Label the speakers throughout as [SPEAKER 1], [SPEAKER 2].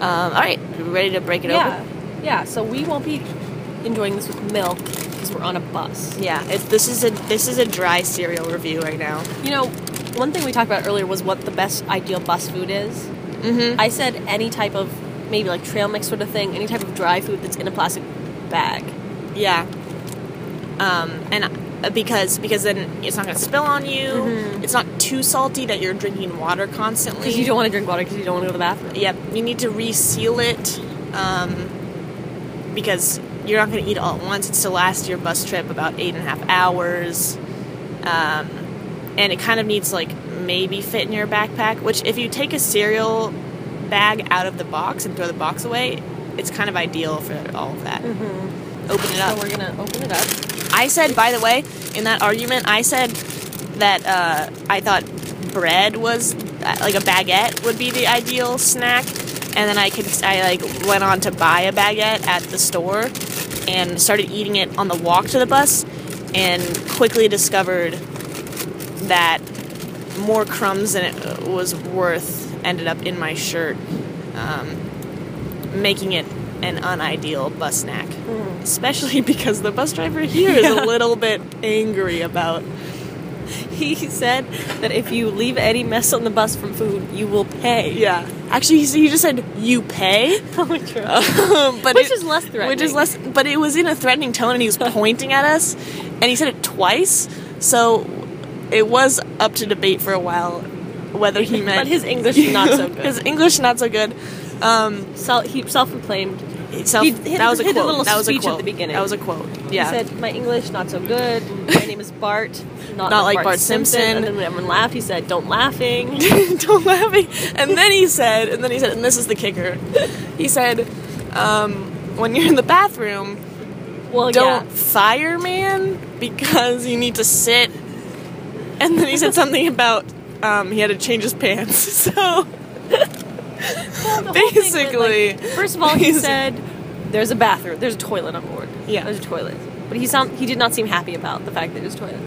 [SPEAKER 1] Um, all right, we ready to break it
[SPEAKER 2] yeah.
[SPEAKER 1] open?
[SPEAKER 2] Yeah. So we won't be enjoying this with milk because we're on a bus.
[SPEAKER 1] Yeah. It, this is a this is a dry cereal review right now.
[SPEAKER 2] You know, one thing we talked about earlier was what the best ideal bus food is.
[SPEAKER 1] Mm-hmm.
[SPEAKER 2] I said any type of maybe like trail mix sort of thing, any type of dry food that's in a plastic bag.
[SPEAKER 1] Yeah. Um, and uh, because because then it's not gonna spill on you.
[SPEAKER 2] Mhm.
[SPEAKER 1] It's not too salty that you're drinking water constantly.
[SPEAKER 2] Because you don't want to drink water because you don't want to go to the bathroom.
[SPEAKER 1] Yep. You need to reseal it um, because you're not going to eat all at once. It's to last your bus trip about eight and a half hours. Um, and it kind of needs to, like maybe fit in your backpack, which if you take a cereal bag out of the box and throw the box away, it's kind of ideal for all of that. Open it
[SPEAKER 2] So
[SPEAKER 1] up.
[SPEAKER 2] we're gonna open it up.
[SPEAKER 1] I said, by the way, in that argument, I said that uh, I thought bread was uh, like a baguette would be the ideal snack, and then I could I like went on to buy a baguette at the store and started eating it on the walk to the bus, and quickly discovered that more crumbs than it uh, was worth ended up in my shirt, um, making it an unideal bus snack especially because the bus driver here is a
[SPEAKER 2] Yeah.
[SPEAKER 1] little bit angry about
[SPEAKER 2] He said that if you leave any mess on the bus from food, you will pay.
[SPEAKER 1] yeah actually he, s- he just said you pay but
[SPEAKER 2] Which
[SPEAKER 1] it-
[SPEAKER 2] is less threatening.
[SPEAKER 1] which is less but it was in a threatening tone and he was pointing at us and he said it twice so it was up to debate for a while whether he meant
[SPEAKER 2] But his English is not so good.
[SPEAKER 1] his english not so good um
[SPEAKER 2] Sel- he self-proclaimed.
[SPEAKER 1] itself
[SPEAKER 2] He hit-
[SPEAKER 1] that was a
[SPEAKER 2] hit a
[SPEAKER 1] quote
[SPEAKER 2] little
[SPEAKER 1] that was a
[SPEAKER 2] speech at
[SPEAKER 1] quote
[SPEAKER 2] the beginning.
[SPEAKER 1] that was a quote yeah
[SPEAKER 2] He said, "My English not so good. My name is Bart, not,
[SPEAKER 1] Not like Bart Simpson.
[SPEAKER 2] And then when everyone laughed, he said, "Don't laughing."
[SPEAKER 1] don't laugh at me. And then he said, and then he said, and this is the kicker. He said, um, when you're in the bathroom,
[SPEAKER 2] Well,
[SPEAKER 1] don't
[SPEAKER 2] yeah.
[SPEAKER 1] fire man because you need to sit. And then he said something about um, he had to change his pants. So
[SPEAKER 2] Well, the whole thing went,
[SPEAKER 1] basically-
[SPEAKER 2] like- first of all, he
[SPEAKER 1] basi-
[SPEAKER 2] said, "There's a bathroom. There's a toilet on board.
[SPEAKER 1] Yeah.
[SPEAKER 2] there's a toilet." But he sound he did not seem happy about the fact that there's a toilet.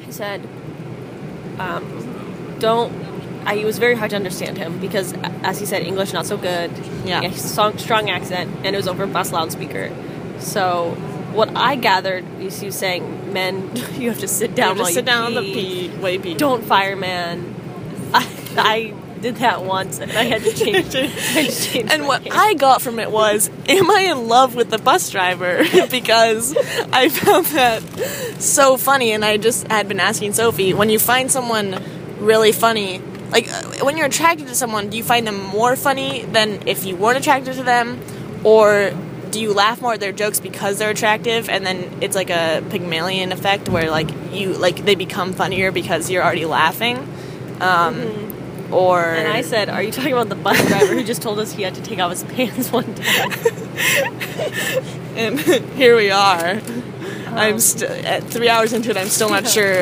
[SPEAKER 2] He said, um, "Don't." I, it was very hard to understand him because, a- as he said, English not so good.
[SPEAKER 1] Yeah.
[SPEAKER 2] he's strong, strong accent, and it was over a bus loudspeaker. So, what I gathered is he was saying, "Men, you have to sit down
[SPEAKER 1] just
[SPEAKER 2] while
[SPEAKER 1] sit
[SPEAKER 2] you
[SPEAKER 1] down on the pee, way pee.
[SPEAKER 2] don't fireman. I, I did that once and I had to change. I had to change
[SPEAKER 1] And
[SPEAKER 2] my
[SPEAKER 1] what
[SPEAKER 2] name.
[SPEAKER 1] I got from it was, am I in love with the bus driver? because I found that so funny, and I just had been asking Sophie when you find someone really funny, like uh, when you're attracted to someone, do you find them more funny than if you weren't attracted to them? Or do you laugh more at their jokes because they're attractive? And then it's like a Pygmalion effect where, like, you like they become funnier because you're already laughing. Um, Or
[SPEAKER 2] Mm-hmm. and I said, "Are you talking about the bus driver who just told us he had to take off his pants one time?"
[SPEAKER 1] and here we are. I'm
[SPEAKER 2] Um,
[SPEAKER 1] st- at three hours into it. I'm still not sure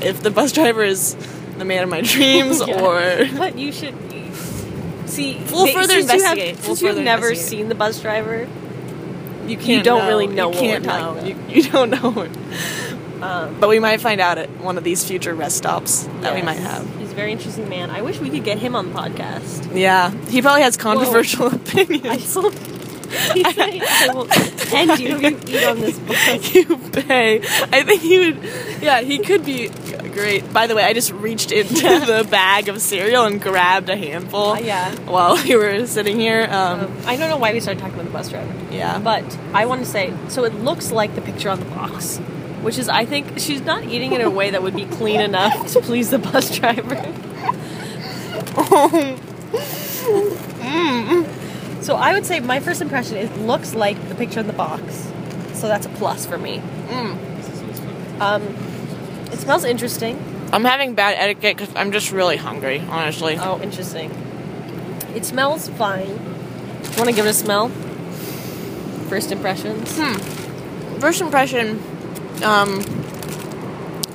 [SPEAKER 1] if the bus driver is the man of my dreams
[SPEAKER 2] Yeah.
[SPEAKER 1] or
[SPEAKER 2] But you should you- see.
[SPEAKER 1] We'll
[SPEAKER 2] they-
[SPEAKER 1] further
[SPEAKER 2] since you have-
[SPEAKER 1] investigate. We'll
[SPEAKER 2] since
[SPEAKER 1] further
[SPEAKER 2] you've never
[SPEAKER 1] investigate.
[SPEAKER 2] seen the bus driver,
[SPEAKER 1] you
[SPEAKER 2] can't
[SPEAKER 1] don't
[SPEAKER 2] know.
[SPEAKER 1] really
[SPEAKER 2] You
[SPEAKER 1] know.
[SPEAKER 2] can't
[SPEAKER 1] what we're
[SPEAKER 2] know.
[SPEAKER 1] talking about. You, you don't know. Um, but we might find out at one of these future rest stops that we
[SPEAKER 2] yes,
[SPEAKER 1] might have.
[SPEAKER 2] He's a very interesting man. I wish we could get him on the podcast.
[SPEAKER 1] Yeah, he probably has controversial opinions.
[SPEAKER 2] I will. He said, "I will end you if you eat on this bus."
[SPEAKER 1] you pay. I think he would. Yeah, he could be great. By the way, I just reached into the bag of cereal and grabbed a handful.
[SPEAKER 2] Uh, yeah.
[SPEAKER 1] While we were sitting here, um,
[SPEAKER 2] Um, I don't know why we started talking about the bus driver.
[SPEAKER 1] yeah.
[SPEAKER 2] But I want to say, so it looks like the picture on the box, which is I think she's not eating in a way that would be clean enough to please the bus driver.
[SPEAKER 1] Mm.
[SPEAKER 2] So I would say my first impression is looks like the picture in the box, so that's a plus for me. Mm. Um, it smells interesting.
[SPEAKER 1] I'm having bad etiquette because I'm just really hungry. Honestly,
[SPEAKER 2] Oh, interesting. It smells fine. Want to give it a smell? First impressions.
[SPEAKER 1] first impression, um,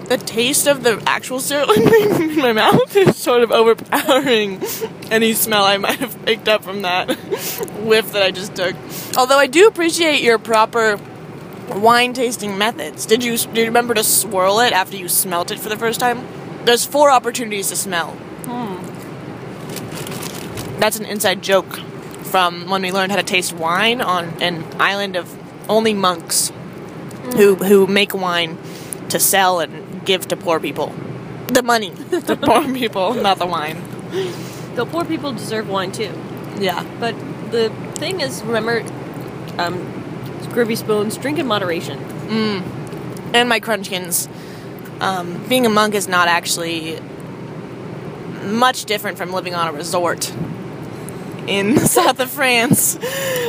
[SPEAKER 1] the taste of the actual cereal in my mouth is sort of overpowering any smell I might have picked up from that whiff that I just took. Although I do appreciate your proper wine tasting methods. Did you do you remember to swirl it after you smelt it for the first time? There's four opportunities to smell. That's an inside joke from when we learned how to taste wine on an island of only monks who who make wine to sell and give to poor people. The money to poor people, not the wine.
[SPEAKER 2] The poor people deserve wine too.
[SPEAKER 1] Yeah.
[SPEAKER 2] But the thing is, remember, um, Groovy Spoons, drink in moderation.
[SPEAKER 1] and my crunchkins. Um, being a monk is not actually much different from living on a resort in the south of France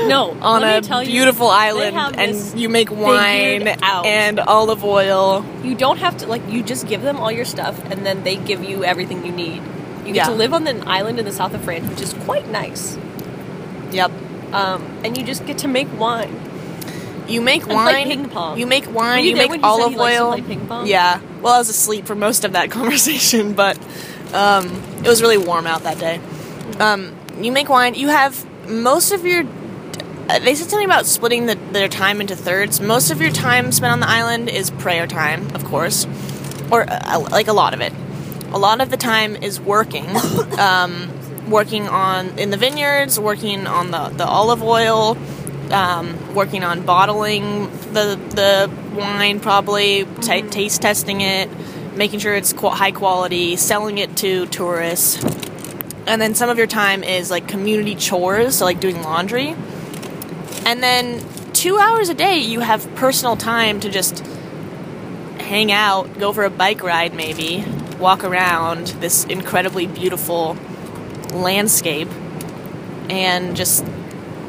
[SPEAKER 2] No,
[SPEAKER 1] on
[SPEAKER 2] let me
[SPEAKER 1] a
[SPEAKER 2] tell you,
[SPEAKER 1] beautiful island,
[SPEAKER 2] have this
[SPEAKER 1] and you make wine
[SPEAKER 2] figured out.
[SPEAKER 1] and olive oil.
[SPEAKER 2] You don't have to like. You just give them all your stuff, and then they give you everything you need. You get
[SPEAKER 1] Yeah.
[SPEAKER 2] to live on an island in the south of France, which is quite nice.
[SPEAKER 1] Yep.
[SPEAKER 2] Um, and you just get to make wine.
[SPEAKER 1] You make
[SPEAKER 2] play
[SPEAKER 1] wine.
[SPEAKER 2] ping pong.
[SPEAKER 1] You make wine.
[SPEAKER 2] you
[SPEAKER 1] you
[SPEAKER 2] there
[SPEAKER 1] make
[SPEAKER 2] when he said
[SPEAKER 1] olive
[SPEAKER 2] he likes to
[SPEAKER 1] oil.
[SPEAKER 2] play ping pong?
[SPEAKER 1] Yeah. Well, I was asleep for most of that conversation, but um, it was really warm out that day. Um, you make wine. You have most of your. uh, They said something about splitting the, their time into thirds. Most of your time spent on the island is prayer time, of course, or uh, like a lot of it. A lot of the time is working, um, working on in the vineyards, working on the, the olive oil, um, working on bottling the the wine, probably ta taste testing it, making sure it's qu- high quality, selling it to tourists, and then some of your time is like community chores, so like doing laundry, and then two hours a day you have personal time to just hang out, go for a bike ride, maybe walk around this incredibly beautiful landscape, and just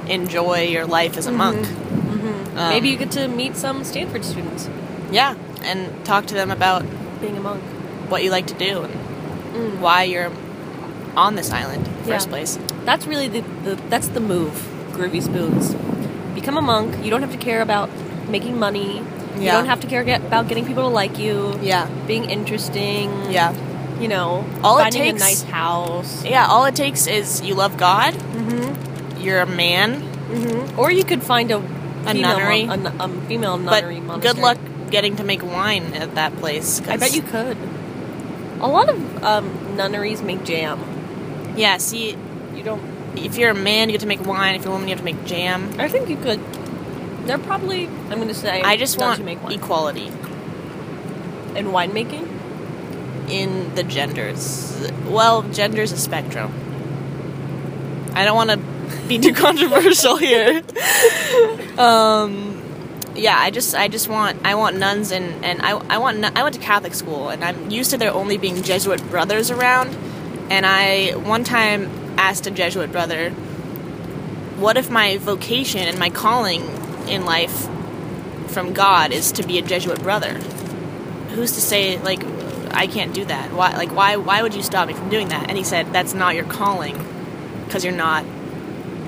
[SPEAKER 1] enjoy your life as a monk. Um,
[SPEAKER 2] Mm-hmm. Maybe you get to meet some Stanford students
[SPEAKER 1] yeah, and talk to them about
[SPEAKER 2] being a monk.
[SPEAKER 1] what you like to do and why you're on this island in the first
[SPEAKER 2] Mm. Yeah.
[SPEAKER 1] place.
[SPEAKER 2] That's really the, the that's the move, Groovy Spoons. Become a monk. You don't have to care about making money. You
[SPEAKER 1] Yeah.
[SPEAKER 2] don't have to care get, about getting people to like you.
[SPEAKER 1] Yeah.
[SPEAKER 2] Being interesting.
[SPEAKER 1] Yeah.
[SPEAKER 2] You know,
[SPEAKER 1] All it
[SPEAKER 2] finding
[SPEAKER 1] takes-
[SPEAKER 2] a nice house.
[SPEAKER 1] Yeah, all it takes is you love God,
[SPEAKER 2] Mm-hmm.
[SPEAKER 1] you're a man,
[SPEAKER 2] Or you could find a female
[SPEAKER 1] Mm-hmm. nunnery?
[SPEAKER 2] mon- a, nu- a female
[SPEAKER 1] but
[SPEAKER 2] nunnery monastery.
[SPEAKER 1] good luck getting to make wine at that place. 'cause-
[SPEAKER 2] I bet you could. A lot of um, nunneries make jam.
[SPEAKER 1] Yeah, see,
[SPEAKER 2] You don't
[SPEAKER 1] if you're a man, you get to make wine. If you're a woman, you have to make jam.
[SPEAKER 2] I think you could. They're probably. I'm going to say.
[SPEAKER 1] I just
[SPEAKER 2] not
[SPEAKER 1] want
[SPEAKER 2] to make wine.
[SPEAKER 1] equality
[SPEAKER 2] and winemaking.
[SPEAKER 1] in the genders. Well, gender's a spectrum. I don't want to be too controversial here. um, yeah, I just I just want I want nuns and and I I want nun- I went to Catholic school and I'm used to there only being Jesuit brothers around. And I one time asked a Jesuit brother, "What if my vocation and my calling in life from God is to be a Jesuit brother?" who's to say like I can't do that? Why like why why would you stop me from doing that? And he said that's not your calling because you're not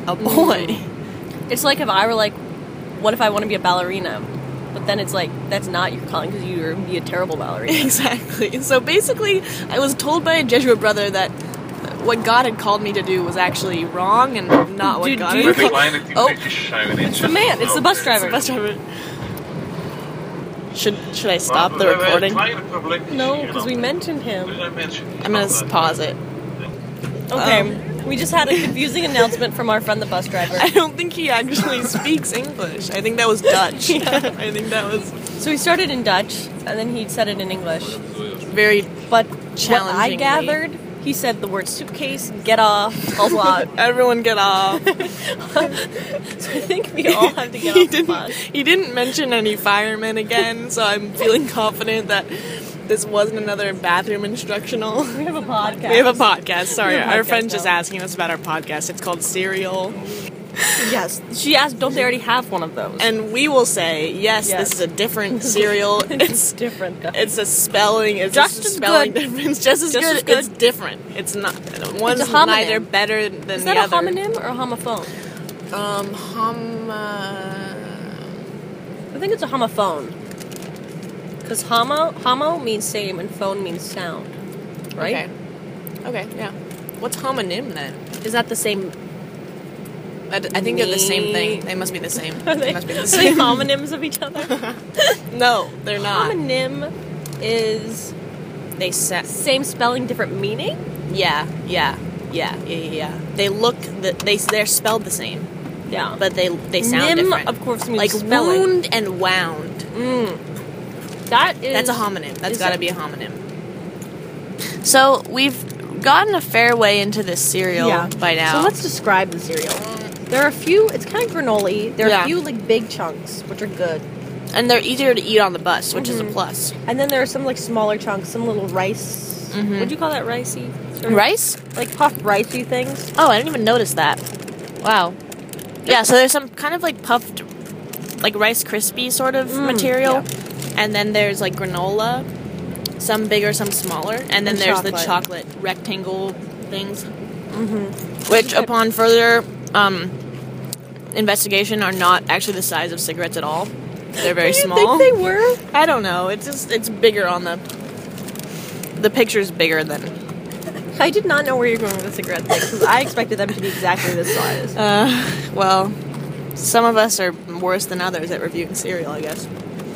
[SPEAKER 1] a boy.
[SPEAKER 2] It's like if I were like, what if I want to be a ballerina? But then it's like that's not your calling because you're be a terrible ballerina.
[SPEAKER 1] exactly. So basically, I was told by a Jesuit brother that what God had called me to do was actually wrong and not what
[SPEAKER 2] Dude,
[SPEAKER 1] God
[SPEAKER 2] do
[SPEAKER 1] had
[SPEAKER 3] With
[SPEAKER 1] called.
[SPEAKER 3] the line that you
[SPEAKER 1] Oh.
[SPEAKER 3] oh. shown, it's
[SPEAKER 2] It's the man. It's the bus driver.
[SPEAKER 1] Bus driver. Should should I stop the recording?
[SPEAKER 2] no, because we mentioned him.
[SPEAKER 1] I'm gonna s- pause it.
[SPEAKER 2] Okay, we just had a confusing announcement from our friend the bus driver.
[SPEAKER 1] I don't think he actually speaks English. I think that was Dutch. I think that was
[SPEAKER 2] So he started in Dutch and then he said it in English.
[SPEAKER 1] very
[SPEAKER 2] But what I
[SPEAKER 1] Challengingly.
[SPEAKER 2] gathered, he said the word suitcase, get off, a lot.
[SPEAKER 1] Everyone get off.
[SPEAKER 2] so I think we all have to get
[SPEAKER 1] he
[SPEAKER 2] off the
[SPEAKER 1] didn't.
[SPEAKER 2] bus.
[SPEAKER 1] He didn't mention any firemen again, so I'm feeling confident that this wasn't another bathroom instructional.
[SPEAKER 2] We have a podcast.
[SPEAKER 1] We have a podcast. Sorry,
[SPEAKER 2] We have a
[SPEAKER 1] our
[SPEAKER 2] podcast
[SPEAKER 1] friend's just
[SPEAKER 2] now.
[SPEAKER 1] asking us about our podcast. It's called Serial,
[SPEAKER 2] Yes. She asked, don't they already have one of those?
[SPEAKER 1] and we will say yes.
[SPEAKER 2] Yes.
[SPEAKER 1] This is a different serial. it's
[SPEAKER 2] different, though.
[SPEAKER 1] it's a spelling. It's
[SPEAKER 2] Just
[SPEAKER 1] just a
[SPEAKER 2] as
[SPEAKER 1] spelling
[SPEAKER 2] good.
[SPEAKER 1] difference. Just as
[SPEAKER 2] Just
[SPEAKER 1] good.
[SPEAKER 2] as good.
[SPEAKER 1] It's different. It's not. One's
[SPEAKER 2] homonym.
[SPEAKER 1] neither better than
[SPEAKER 2] Is
[SPEAKER 1] the
[SPEAKER 2] that a
[SPEAKER 1] other.
[SPEAKER 2] homonym or a homophone?
[SPEAKER 1] Um, hom. uh,
[SPEAKER 2] I think it's a homophone. Because homo, homo means same and phone means sound. Right?
[SPEAKER 1] Okay. Okay. Yeah. What's homonym then?
[SPEAKER 2] Is that the same?
[SPEAKER 1] I, d- I think they're the same thing.
[SPEAKER 2] Me-
[SPEAKER 1] They must be the same.
[SPEAKER 2] Are
[SPEAKER 1] They
[SPEAKER 2] they,
[SPEAKER 1] must be
[SPEAKER 2] are
[SPEAKER 1] the
[SPEAKER 2] they
[SPEAKER 1] same.
[SPEAKER 2] homonyms of each other?
[SPEAKER 1] no, they're not.
[SPEAKER 2] Homonym is
[SPEAKER 1] They sa-
[SPEAKER 2] same spelling, different meaning?
[SPEAKER 1] Yeah. Yeah. Yeah, yeah, yeah. yeah. They look the, they they're spelled the same,
[SPEAKER 2] Yeah.
[SPEAKER 1] but they they sound
[SPEAKER 2] Nim,
[SPEAKER 1] different.
[SPEAKER 2] of course, means
[SPEAKER 1] like
[SPEAKER 2] spelling.
[SPEAKER 1] wound and wound.
[SPEAKER 2] that is
[SPEAKER 1] Mm. That's a homonym. That's
[SPEAKER 2] is
[SPEAKER 1] got to
[SPEAKER 2] it-
[SPEAKER 1] be a homonym. So we've gotten a fair way into this cereal
[SPEAKER 2] Yeah.
[SPEAKER 1] by now.
[SPEAKER 2] So let's describe the cereal. There are a few. It's kind of granola. There are
[SPEAKER 1] Yeah.
[SPEAKER 2] a few like big chunks, which are good,
[SPEAKER 1] and they're easier to eat on the bus, which
[SPEAKER 2] Mm-hmm.
[SPEAKER 1] is a plus.
[SPEAKER 2] and then there are some like smaller chunks, some little rice. Would you call that ricey? Sort of-
[SPEAKER 1] Mm-hmm. Rice?
[SPEAKER 2] Like puffed ricey things.
[SPEAKER 1] Oh, I didn't even notice that. Wow. Yeah, so there's some kind of like puffed, like Rice crispy sort of
[SPEAKER 2] Mm,
[SPEAKER 1] material, and then there's like granola, some bigger, some smaller, and then
[SPEAKER 2] And
[SPEAKER 1] there's the
[SPEAKER 2] chocolate.
[SPEAKER 1] chocolate rectangle things, mm-hmm. which upon further um, investigation are not actually the size of cigarettes at all. They're very
[SPEAKER 2] Do you
[SPEAKER 1] small.
[SPEAKER 2] think they were?
[SPEAKER 1] I don't know. It's just it's bigger on the. The picture's bigger than.
[SPEAKER 2] I did not know where you're going with the cigarette thing because I expected them to be exactly this size.
[SPEAKER 1] Uh, well, some of us are worse than others at reviewing cereal, I guess.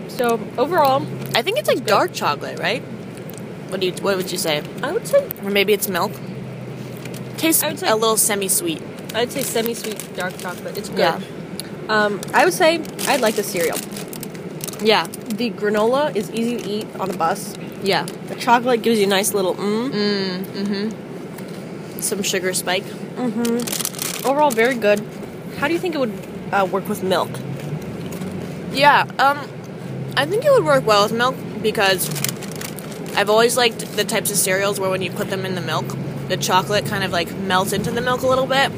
[SPEAKER 2] so overall,
[SPEAKER 1] I think it's like dark chocolate, right? What do you What would you say?
[SPEAKER 2] I would say
[SPEAKER 1] Or maybe it's milk. Tastes
[SPEAKER 2] I would say-
[SPEAKER 1] a little semi-sweet.
[SPEAKER 2] I'd say semi-sweet dark chocolate. It's good.
[SPEAKER 1] Yeah.
[SPEAKER 2] Um, I would say I'd like the cereal.
[SPEAKER 1] Yeah,
[SPEAKER 2] The granola is easy to eat on a bus.
[SPEAKER 1] yeah.
[SPEAKER 2] The chocolate gives you a nice little mmm.
[SPEAKER 1] Some sugar spike. Mm.
[SPEAKER 2] Overall, very good. How do you think it would uh, work with milk?
[SPEAKER 1] Yeah. Um, I think it would work well with milk because I've always liked the types of cereals where when you put them in the milk, the chocolate kind of like melts into the milk a little bit.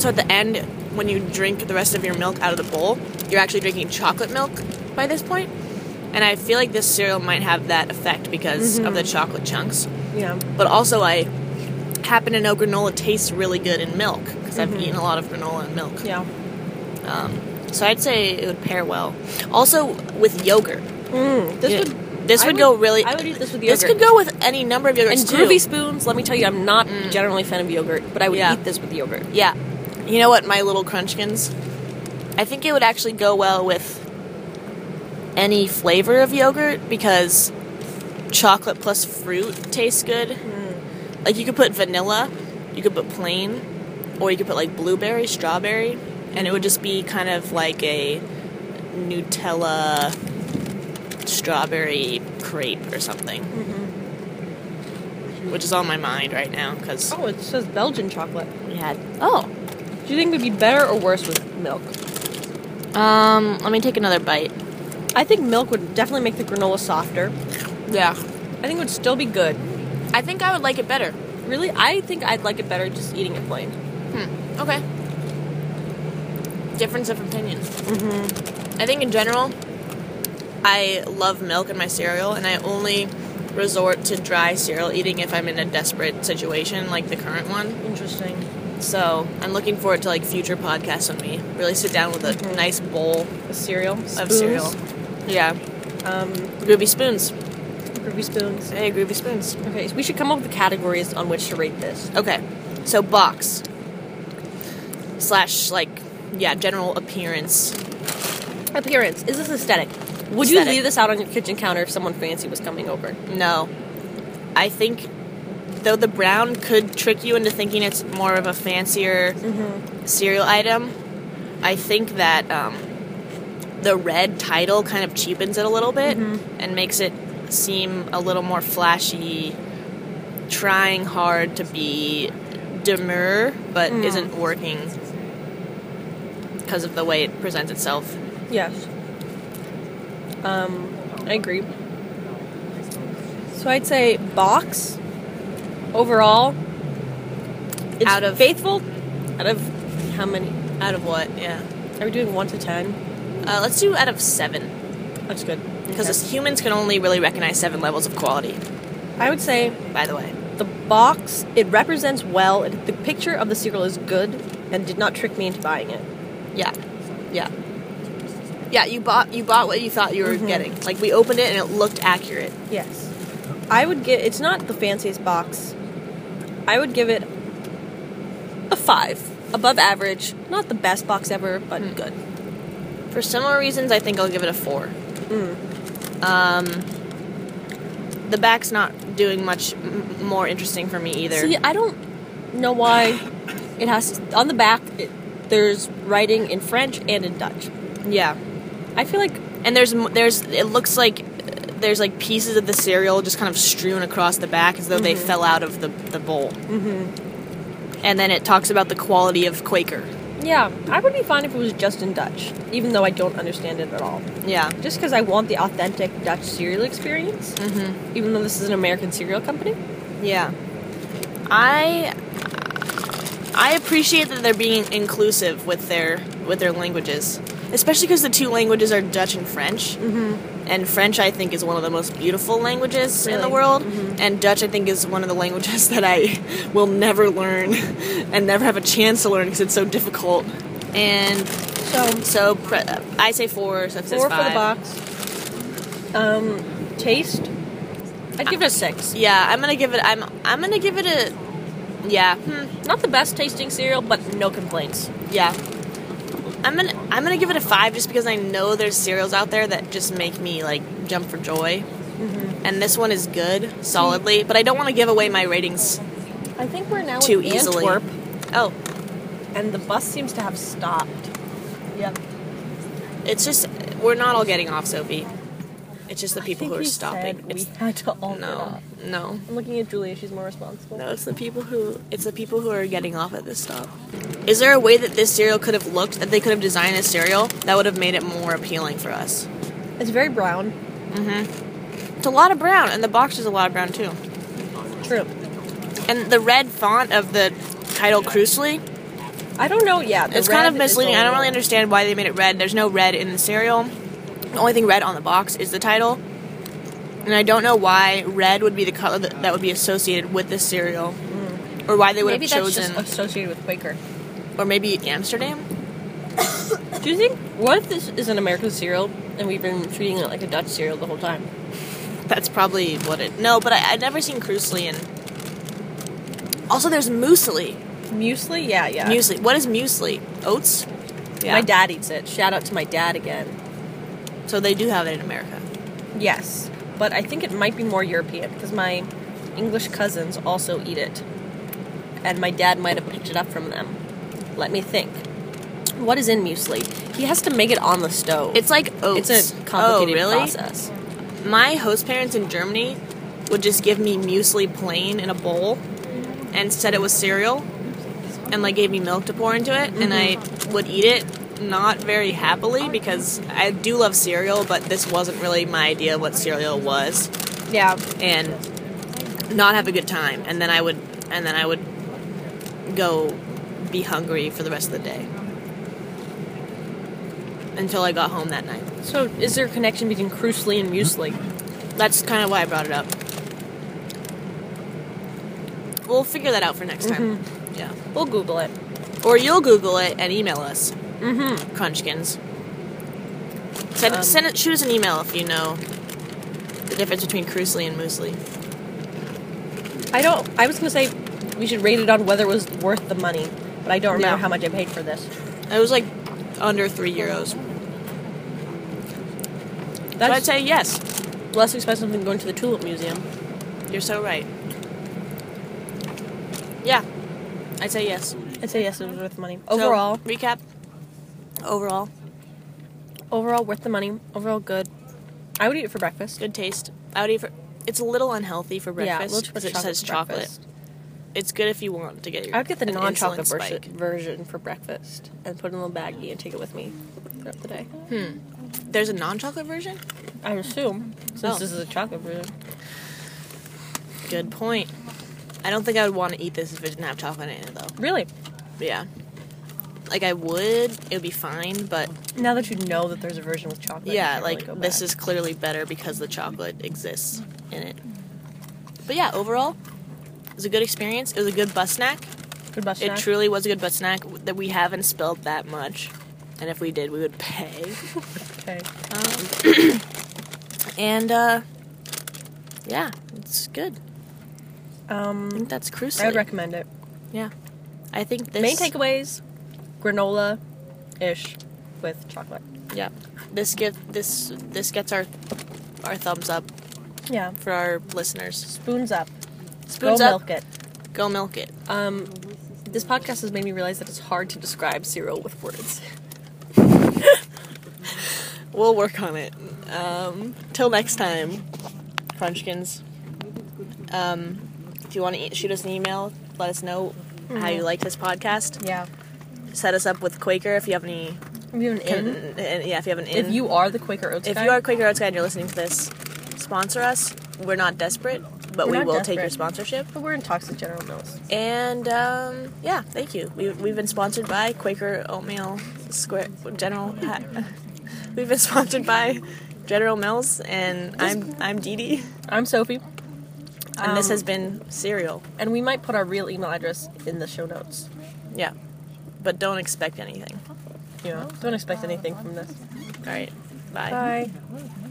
[SPEAKER 1] So at the end, when you drink the rest of your milk out of the bowl, you're actually drinking chocolate milk by this point. And I feel like this cereal might have that effect because of the chocolate chunks.
[SPEAKER 2] Yeah.
[SPEAKER 1] But also, I happen to know granola tastes really good in milk because I've eaten a lot of granola and milk.
[SPEAKER 2] Yeah.
[SPEAKER 1] Um, So I'd say it would pair well. Also with yogurt.
[SPEAKER 2] This
[SPEAKER 1] Yeah.
[SPEAKER 2] would.
[SPEAKER 1] This
[SPEAKER 2] I
[SPEAKER 1] would, go really.
[SPEAKER 2] I would eat this with
[SPEAKER 1] This
[SPEAKER 2] yogurt.
[SPEAKER 1] could go with any number of yogurts
[SPEAKER 2] And
[SPEAKER 1] too.
[SPEAKER 2] groovy spoons. Let me tell you, I'm not generally a fan of yogurt, but I would
[SPEAKER 1] Yeah.
[SPEAKER 2] eat this with yogurt.
[SPEAKER 1] yeah, you know what, my little crunchkins. I think it would actually go well with any flavor of yogurt because chocolate plus fruit tastes good. Like you could put vanilla, you could put plain, or you could put like blueberry, strawberry, and it would just be kind of like a Nutella strawberry crepe or something. Which is on my mind right now because
[SPEAKER 2] Oh, it says Belgian chocolate.
[SPEAKER 1] we had. Oh,
[SPEAKER 2] Do you think it would be better or worse with milk?
[SPEAKER 1] um, let me take another bite.
[SPEAKER 2] I think milk would definitely make the granola softer.
[SPEAKER 1] Yeah,
[SPEAKER 2] I think it would still be good.
[SPEAKER 1] I think I would like it better.
[SPEAKER 2] Really, I think I'd like it better just eating it plain.
[SPEAKER 1] Okay. Difference of opinion. Mm-hmm. I think in general, I love milk in my cereal, and I only resort to dry cereal eating if I'm in a desperate situation like the current one.
[SPEAKER 2] Interesting.
[SPEAKER 1] So I'm looking forward to like future podcasts on me. Really sit down with a nice bowl
[SPEAKER 2] A cereal.
[SPEAKER 1] of cereal. Yeah,
[SPEAKER 2] Um,
[SPEAKER 1] groovy spoons.
[SPEAKER 2] groovy spoons.
[SPEAKER 1] Hey, groovy spoons.
[SPEAKER 2] Okay, so we should come up with categories on which to rate this.
[SPEAKER 1] Okay, so box slash like yeah general appearance.
[SPEAKER 2] Appearance. Is this aesthetic? Would you
[SPEAKER 1] Aesthetic.
[SPEAKER 2] leave this out on your kitchen counter if someone fancy was coming over?
[SPEAKER 1] No, I think though the brown could trick you into thinking it's more of a fancier cereal item. I think that um, the red title kind of cheapens it a little bit and makes it seem a little more flashy, trying hard to be demure, but isn't working because of the way it presents itself.
[SPEAKER 2] Yes. Um, I agree. So I'd say box. Overall, it's
[SPEAKER 1] Out of-
[SPEAKER 2] faithful. Out of how many?
[SPEAKER 1] Out of what? Yeah.
[SPEAKER 2] Are we doing one to ten?
[SPEAKER 1] Uh, let's do out of seven.
[SPEAKER 2] That's good.
[SPEAKER 1] Because as humans can only really recognize seven levels of quality,
[SPEAKER 2] I would say
[SPEAKER 1] by the way.
[SPEAKER 2] the box it represents well. It, the picture of the cereal is good and did not trick me into buying it.
[SPEAKER 1] Yeah. Yeah. Yeah, you bought you bought what you thought you were getting. Like we opened it and it looked accurate.
[SPEAKER 2] Yes, I would give. It's not the fanciest box. I would give it a five, above average. Not the best box ever, but good.
[SPEAKER 1] For similar reasons, I think I'll give it a four. Um, the back's not doing much m- more interesting for me either.
[SPEAKER 2] See, I don't know why. It has on the back. It, there's writing in French and in Dutch.
[SPEAKER 1] Yeah.
[SPEAKER 2] I feel like
[SPEAKER 1] And there's m- there's it looks like uh, there's like pieces of the cereal just kind of strewn across the back as though they fell out of the the bowl. Mm-hmm. And then it talks about the quality of Quaker.
[SPEAKER 2] yeah, I would be fine if it was just in Dutch, even though I don't understand it at all.
[SPEAKER 1] Yeah.
[SPEAKER 2] Just because I want the authentic Dutch cereal experience, mm-hmm. even though this is an American cereal company.
[SPEAKER 1] Yeah. I I appreciate that they're being inclusive with their with their languages, especially because the two languages are Dutch and French. Mm-hmm. And French, I think, is one of the most beautiful languages in the
[SPEAKER 2] Really? Mm-hmm.
[SPEAKER 1] world. And Dutch, I think, is one of the languages that I will never learn and never have a chance to learn because it's so difficult. And
[SPEAKER 2] So
[SPEAKER 1] so pre- I say four. So
[SPEAKER 2] four for the box. Um, taste. I'd give it a six.
[SPEAKER 1] Yeah, I'm gonna give it. I'm I'm gonna give it a. Yeah. Hmm.
[SPEAKER 2] Not the best tasting cereal, but no complaints.
[SPEAKER 1] Yeah. I'm gonna I'm gonna give it a five just because I know there's cereals out there that just make me like jump for joy,
[SPEAKER 2] Mm-hmm.
[SPEAKER 1] and this one is good solidly. But I don't want to give away my ratings
[SPEAKER 2] I think we're now
[SPEAKER 1] too
[SPEAKER 2] in
[SPEAKER 1] easily.
[SPEAKER 2] Antwerp,
[SPEAKER 1] Oh,
[SPEAKER 2] and the bus seems to have stopped. Yeah,
[SPEAKER 1] it's just we're not all getting off, Sophie. It's just the people who are stopping.
[SPEAKER 2] we
[SPEAKER 1] It's
[SPEAKER 2] had to all get
[SPEAKER 1] no,
[SPEAKER 2] off.
[SPEAKER 1] no,
[SPEAKER 2] I'm looking at Julia; she's more responsible.
[SPEAKER 1] no. It's the people who it's the people who are getting off at this stop. Is there a way that this cereal could have looked that they could have designed a cereal that would have made it more appealing for us?
[SPEAKER 2] It's very brown.
[SPEAKER 1] It's a lot of brown, and the box is a lot of brown too.
[SPEAKER 2] True.
[SPEAKER 1] And the red font of the title Crucially,
[SPEAKER 2] I don't know. Yeah, the
[SPEAKER 1] it's kind
[SPEAKER 2] red
[SPEAKER 1] of
[SPEAKER 2] is
[SPEAKER 1] misleading. I don't
[SPEAKER 2] all-
[SPEAKER 1] really understand why they made it red. There's no red in the cereal. The only thing red on the box is the title. And I don't know why red would be the color that, that would be associated with this cereal. Or why they would
[SPEAKER 2] Hmm. Maybe
[SPEAKER 1] have
[SPEAKER 2] that's
[SPEAKER 1] chosen.
[SPEAKER 2] just associated with Quaker.
[SPEAKER 1] or maybe Amsterdam?
[SPEAKER 2] Do you think? What if this is an American cereal and we've been treating it like a Dutch cereal the whole time?
[SPEAKER 1] That's probably what it. No, but I, I'd never seen Crucially in. Also, there's Muesli.
[SPEAKER 2] Muesli? Yeah, yeah.
[SPEAKER 1] Muesli. What is Muesli? Oats?
[SPEAKER 2] My dad eats it. Shout out to my dad again.
[SPEAKER 1] So they do have it in America.
[SPEAKER 2] Yes, but I think it might be more European because my English cousins also eat it, and my dad might have picked it up from them. Let me think. What is in muesli? He has to make it on the stove.
[SPEAKER 1] It's like oats.
[SPEAKER 2] it's a complicated
[SPEAKER 1] oh, really?
[SPEAKER 2] process.
[SPEAKER 1] my host parents in Germany would just give me muesli plain in a bowl and said it was cereal and like gave me milk to pour into it and I would eat it not very happily because I do love cereal but this wasn't really my idea of what cereal was
[SPEAKER 2] Yeah,
[SPEAKER 1] and not have a good time and then I would and then I would go be hungry for the rest of the day until I got home that night.
[SPEAKER 2] So, is there a connection between Crucially and Muesli?
[SPEAKER 1] That's kind of why I brought it up. We'll figure that out for next time. Yeah.
[SPEAKER 2] We'll Google it.
[SPEAKER 1] Or you'll Google it and email us. Mm-hmm. Crunchkins. Send,
[SPEAKER 2] Um,
[SPEAKER 1] send it, shoot us an email if you know the difference between Crucially and Muesli.
[SPEAKER 2] I don't. I was gonna say we should rate it on whether it was worth the money, but I don't remember
[SPEAKER 1] Yeah.
[SPEAKER 2] how much I paid for this.
[SPEAKER 1] It was like under three euros. So I'd
[SPEAKER 2] That's
[SPEAKER 1] say yes.
[SPEAKER 2] less expensive than going to the Tulip Museum.
[SPEAKER 1] You're so right. Yeah. I'd say yes.
[SPEAKER 2] I'd say yes, it was worth the money.
[SPEAKER 1] So,
[SPEAKER 2] Overall,
[SPEAKER 1] recap. Overall.
[SPEAKER 2] overall worth the money. Overall good. I would eat it for breakfast.
[SPEAKER 1] Good taste. I would eat for. It's a little unhealthy for breakfast
[SPEAKER 2] yeah,
[SPEAKER 1] because it just has chocolate. It's good if you want to get your.
[SPEAKER 2] I would get the
[SPEAKER 1] an
[SPEAKER 2] non-chocolate
[SPEAKER 1] insulin
[SPEAKER 2] version,
[SPEAKER 1] spike.
[SPEAKER 2] version for breakfast and put it in a little baggie and take it with me throughout the day.
[SPEAKER 1] There's a non-chocolate version.
[SPEAKER 2] I would assume since
[SPEAKER 1] Oh.
[SPEAKER 2] this is a chocolate version.
[SPEAKER 1] Good point. I don't think I would want to eat this if it didn't have chocolate in it, though.
[SPEAKER 2] Really?
[SPEAKER 1] Yeah. Like I would, it would be fine, but
[SPEAKER 2] Now that you know that there's a version with chocolate, you
[SPEAKER 1] yeah,
[SPEAKER 2] can't really
[SPEAKER 1] like
[SPEAKER 2] go
[SPEAKER 1] this
[SPEAKER 2] back.
[SPEAKER 1] is clearly better because the chocolate exists in it. But yeah, overall, it was a good experience. It was a good bus snack.
[SPEAKER 2] good bus
[SPEAKER 1] It
[SPEAKER 2] snack.
[SPEAKER 1] truly was a good bus snack that we haven't spilled that much, and if we did, we would pay.
[SPEAKER 2] Okay.
[SPEAKER 1] Um, And uh yeah, it's good.
[SPEAKER 2] Um,
[SPEAKER 1] I think that's crucial.
[SPEAKER 2] I would recommend it.
[SPEAKER 1] yeah. I think this
[SPEAKER 2] Main takeaways: granola, ish, with chocolate.
[SPEAKER 1] Yeah. This get this this gets our our thumbs up
[SPEAKER 2] Yeah.
[SPEAKER 1] for our listeners.
[SPEAKER 2] Spoons up.
[SPEAKER 1] Spoons
[SPEAKER 2] go
[SPEAKER 1] up.
[SPEAKER 2] milk it.
[SPEAKER 1] Go milk it.
[SPEAKER 2] Um, this podcast has made me realize that it's hard to describe cereal with words.
[SPEAKER 1] We'll work on it. Um, till next time, Crunchkins. Um, if you want to e- shoot us an email, let us know how
[SPEAKER 2] Mm-hmm.
[SPEAKER 1] you liked this podcast.
[SPEAKER 2] Yeah.
[SPEAKER 1] Set us up with Quaker if you have any.
[SPEAKER 2] You have an
[SPEAKER 1] Can,
[SPEAKER 2] in.
[SPEAKER 1] and- yeah, if you have an. in.
[SPEAKER 2] If you are the Quaker Oats
[SPEAKER 1] if
[SPEAKER 2] guy,
[SPEAKER 1] you are a Quaker Oats guy and you're listening to this, sponsor us. We're not desperate, but
[SPEAKER 2] We're
[SPEAKER 1] we
[SPEAKER 2] not
[SPEAKER 1] will take your
[SPEAKER 2] desperate.
[SPEAKER 1] sponsorship.
[SPEAKER 2] but we're in talks with General Mills.
[SPEAKER 1] And um, yeah, thank you. We, we've been sponsored by Quaker Oatmeal Square General. Ha- we've been sponsored by General Mills, and I'm I'm Dee Dee,
[SPEAKER 2] I'm Sophie,
[SPEAKER 1] and this
[SPEAKER 2] Um,
[SPEAKER 1] has been cereal.
[SPEAKER 2] and we might put our real email address in the show notes.
[SPEAKER 1] Yeah, but don't expect anything.
[SPEAKER 2] You know, don't expect anything from this.
[SPEAKER 1] All right, bye.
[SPEAKER 2] Bye.